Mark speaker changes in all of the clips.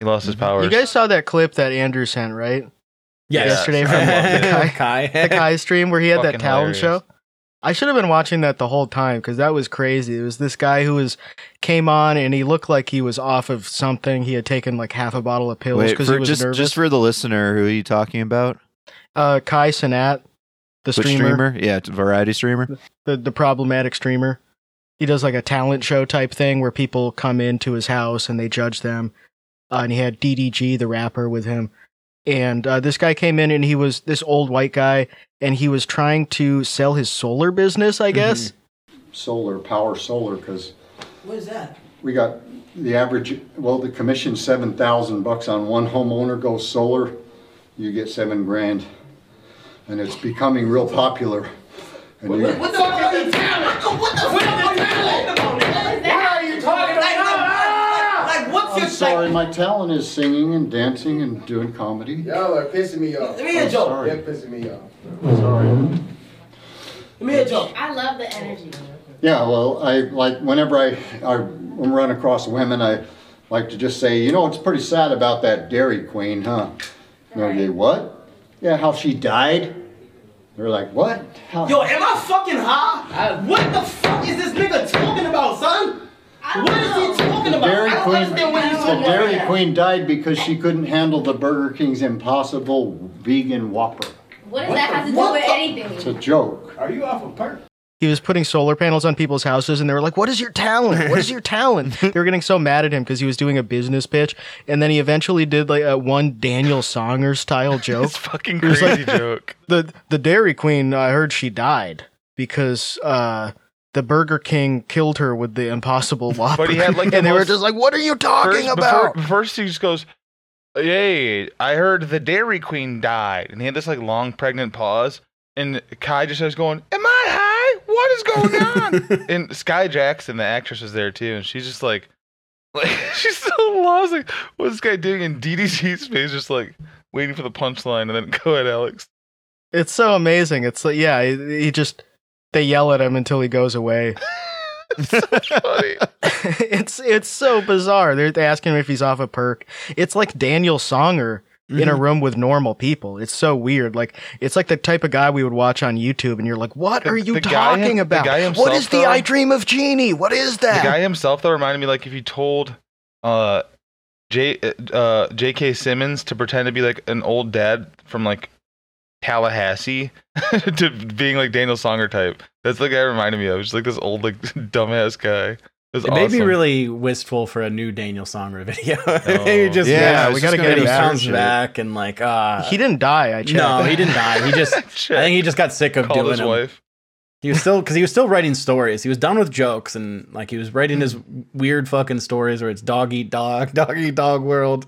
Speaker 1: He lost his powers.
Speaker 2: Mm-hmm. You guys saw that clip that Andrew sent, right?
Speaker 1: Yeah.
Speaker 2: Yesterday from
Speaker 1: Yeah.
Speaker 2: the Kai, the Kai stream where he had
Speaker 1: Fucking
Speaker 2: that talent
Speaker 1: hilarious.
Speaker 2: show. I should have been watching that the whole time because that was crazy. It was this guy who was came on and he looked like he was off of something. He had taken like half a bottle of pills
Speaker 3: Wait,
Speaker 2: because he
Speaker 3: for,
Speaker 2: was
Speaker 3: just
Speaker 2: nervous.
Speaker 3: just for the listener, who are you talking about?
Speaker 2: uh, Kai Sinat, the
Speaker 3: Which
Speaker 2: streamer,
Speaker 3: Yeah, it's a variety streamer.
Speaker 2: The, the problematic streamer. He does like a talent show type thing where people come into his house and they judge them. Uh, and he had DDG, the rapper, with him. And uh, this guy came in and he was this old white guy and he was trying to sell his solar business, I guess.
Speaker 4: solar, power solar, because
Speaker 5: What is that?
Speaker 4: we got the average, well, the commission seven thousand bucks on one homeowner goes solar, you get seven grand. And it's becoming real popular. And you-
Speaker 5: What the fuck are you talent? What the fuck are you talent?
Speaker 4: What are you talking
Speaker 5: Like, like, like, like, what's your
Speaker 4: I'm sorry, my talent is singing and dancing and doing comedy.
Speaker 6: Y'all are pissing me off.
Speaker 5: Give me a joke.
Speaker 6: They're pissing me off.
Speaker 5: Give me a joke.
Speaker 7: I love the energy.
Speaker 4: Yeah, well, I like whenever I, I run across women, I like to just say, you know, it's pretty sad about that Dairy Queen, huh? And they'll go, what? Yeah, how she died. They're like, what? How?
Speaker 5: Yo, am I fucking high? What the fuck is this nigga talking about, son?
Speaker 7: I
Speaker 5: What is he talking about?
Speaker 4: Dairy
Speaker 5: I don't
Speaker 4: Queen,
Speaker 5: understand what he's
Speaker 4: the
Speaker 5: talking
Speaker 4: Dairy
Speaker 5: about.
Speaker 4: Queen died because she couldn't handle the Burger King's impossible vegan Whopper.
Speaker 7: What does that have to do
Speaker 5: what
Speaker 7: with
Speaker 5: the-
Speaker 4: It's a
Speaker 7: anything?
Speaker 4: joke.
Speaker 6: Are you off a perk?
Speaker 2: he was putting solar panels on people's houses and they were like what is your talent what is your talent they were getting so mad at him because he was doing a business pitch and then he eventually did like a one daniel songer style joke
Speaker 1: It's fucking
Speaker 2: He was
Speaker 1: crazy
Speaker 2: like-
Speaker 1: joke.
Speaker 2: the the dairy queen i heard she died because uh the burger king killed her with the impossible whopper
Speaker 1: But he had, like, the
Speaker 2: and they were
Speaker 1: most-
Speaker 2: just like what are you talking
Speaker 1: first,
Speaker 2: about
Speaker 1: Before, first he just goes, "Hey, I heard the Dairy Queen died," and he had this like long pregnant pause, and Kai just starts going, "Am I high? What is going on?" and Sky Jackson, the actress, was there too, and she's just like, like she's so lost. Like, what's this guy doing? And DDG's face just like waiting for the punchline, and then go ahead, Alex.
Speaker 2: it's so amazing it's like yeah he, he just they yell at him until he goes away
Speaker 1: Funny.
Speaker 2: it's it's so bizarre. They're, they ask him if he's off a perk. It's like Daniel Songer in
Speaker 1: Mm-hmm.
Speaker 2: a room with normal people. It's so weird. Like it's like the type of guy we would watch on YouTube, and you're like, "What
Speaker 1: The-
Speaker 2: are you
Speaker 1: the guy
Speaker 2: talking
Speaker 1: him- the
Speaker 2: about?
Speaker 1: guy
Speaker 2: what
Speaker 1: himself,
Speaker 2: is the
Speaker 1: though-
Speaker 2: I Dream of Genie? What is
Speaker 1: The
Speaker 2: that?"
Speaker 1: guy himself though reminded me like if you told uh J uh J.K. Simmons to pretend to be like an old dad from like Tallahassee to being like Daniel Songer type. That's the guy it reminded me of. Just like this old like dumbass guy. It was
Speaker 8: It may be
Speaker 1: awesome.
Speaker 8: really wistful for a new Daniel Songer video.
Speaker 1: Oh.
Speaker 8: Maybe just
Speaker 2: Yeah,
Speaker 3: I
Speaker 2: we
Speaker 3: was
Speaker 2: gotta
Speaker 3: just gonna
Speaker 2: get
Speaker 3: do
Speaker 2: him
Speaker 8: he
Speaker 3: some
Speaker 8: comes
Speaker 3: shit.
Speaker 8: back and like uh
Speaker 2: he didn't die. I checked.
Speaker 8: no, he didn't die. He just I think he just got sick of
Speaker 1: called
Speaker 8: doing
Speaker 1: his
Speaker 8: them.
Speaker 1: wife.
Speaker 8: He was still because he was still writing stories. He was done with jokes and like he was writing his weird fucking stories where it's dog eat dog, dog eat dog world.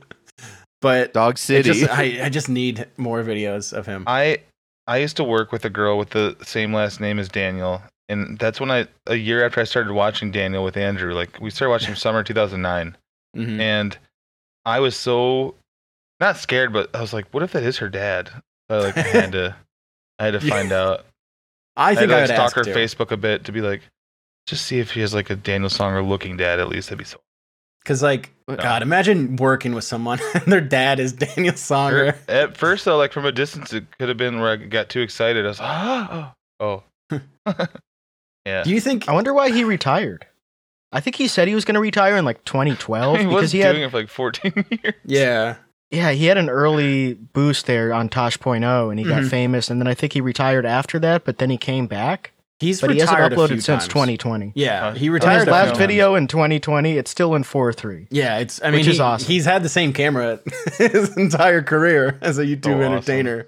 Speaker 8: But
Speaker 3: Dog
Speaker 8: it
Speaker 3: City.
Speaker 8: just, I I just need more videos of him.
Speaker 1: I I used to work with a girl with the same last name as Daniel. And that's when I a year after I started watching Daniel with Andrew, like we started watching summer two thousand nine.
Speaker 8: Mhm.
Speaker 1: and I was so not scared, but I was like, "What if that is her dad?" I like had to, I had to
Speaker 8: Yeah.
Speaker 1: find out.
Speaker 8: I think I,
Speaker 1: had
Speaker 8: would
Speaker 1: to, like,
Speaker 8: ask
Speaker 1: stalk her
Speaker 8: too.
Speaker 1: Facebook a bit to be like, just see if she has like a Daniel Songer looking dad. At least that'd be so.
Speaker 8: Cause like God, imagine working with someone and their dad is Daniel Songer.
Speaker 1: At first, though, like from a distance, it could have been where I got too excited. I was like, "Ah, oh, oh." yeah.
Speaker 8: Do you think
Speaker 2: I wonder why he retired. I think he said he was going to retire in like
Speaker 1: he
Speaker 2: 2012
Speaker 1: was
Speaker 2: because he
Speaker 1: doing
Speaker 2: had
Speaker 1: it for like 14 years.
Speaker 8: Yeah.
Speaker 2: yeah he had an early boost there on Tosh.0 and he got
Speaker 8: Mhm.
Speaker 2: famous and then I think he retired after that but then he came back
Speaker 8: He's
Speaker 2: but he hasn't
Speaker 8: retired a few
Speaker 2: uploaded since
Speaker 8: times.
Speaker 2: 2020.
Speaker 8: Yeah,
Speaker 1: Huh?
Speaker 8: he
Speaker 1: His
Speaker 8: retired
Speaker 2: His
Speaker 8: a
Speaker 2: Oh, last
Speaker 8: few times.
Speaker 2: video in 2020, it's still in 4 3.
Speaker 8: Yeah, it's I mean
Speaker 2: Which is
Speaker 8: he-
Speaker 2: awesome.
Speaker 8: he's had the same camera his entire career as a YouTube
Speaker 1: Oh, awesome.
Speaker 8: entertainer,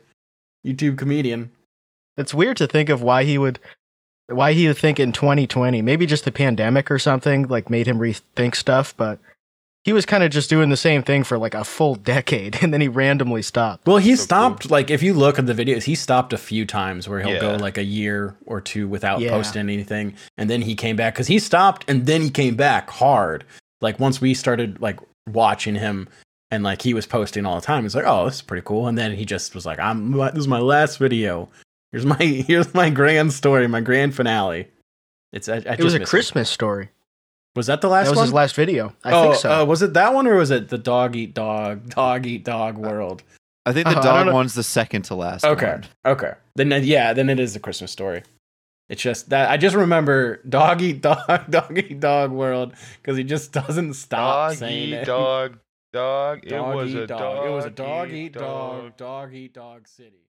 Speaker 8: YouTube comedian.
Speaker 2: It's weird to think of why he would, why he would think in 2020, maybe just the pandemic or something, like made him rethink stuff, but he was kind of just doing the same thing for like a full decade and then he randomly stopped.
Speaker 8: Well, he
Speaker 1: So
Speaker 8: stopped like if you look at the videos, he stopped a few times where he'll go
Speaker 1: Yeah.
Speaker 8: like a year or two without
Speaker 2: Yeah.
Speaker 8: posting anything, and then he came back because he stopped and then he came back hard. Like once we started like watching him and like he was posting all the time, it's like oh this is pretty cool, and then he just was like I'm this is my last video. Here's my here's my grand story, my grand finale. It's I, I
Speaker 2: It was
Speaker 8: just
Speaker 2: a
Speaker 8: miss him.
Speaker 2: Christmas story.
Speaker 8: Was that the last
Speaker 2: that was
Speaker 8: one?
Speaker 2: his last video. I
Speaker 8: oh,
Speaker 2: think so.
Speaker 8: uh, was it that one or was it the dog eat dog, dog eat dog world?
Speaker 3: I think the
Speaker 2: Uh, I don't
Speaker 3: dog
Speaker 2: know.
Speaker 3: one's the second to last.
Speaker 8: Okay.
Speaker 3: one.
Speaker 8: Okay. Then uh, yeah, then it is the Christmas story. It's just that I just remember dog eat dog, dog eat dog world because he just doesn't stop
Speaker 1: Dog
Speaker 8: saying
Speaker 1: eat
Speaker 8: it.
Speaker 1: dog dog. It
Speaker 8: Dog
Speaker 1: was
Speaker 8: eat
Speaker 1: a
Speaker 8: dog.
Speaker 1: dog.
Speaker 8: It was a dog eat dog. Dog eat dog city.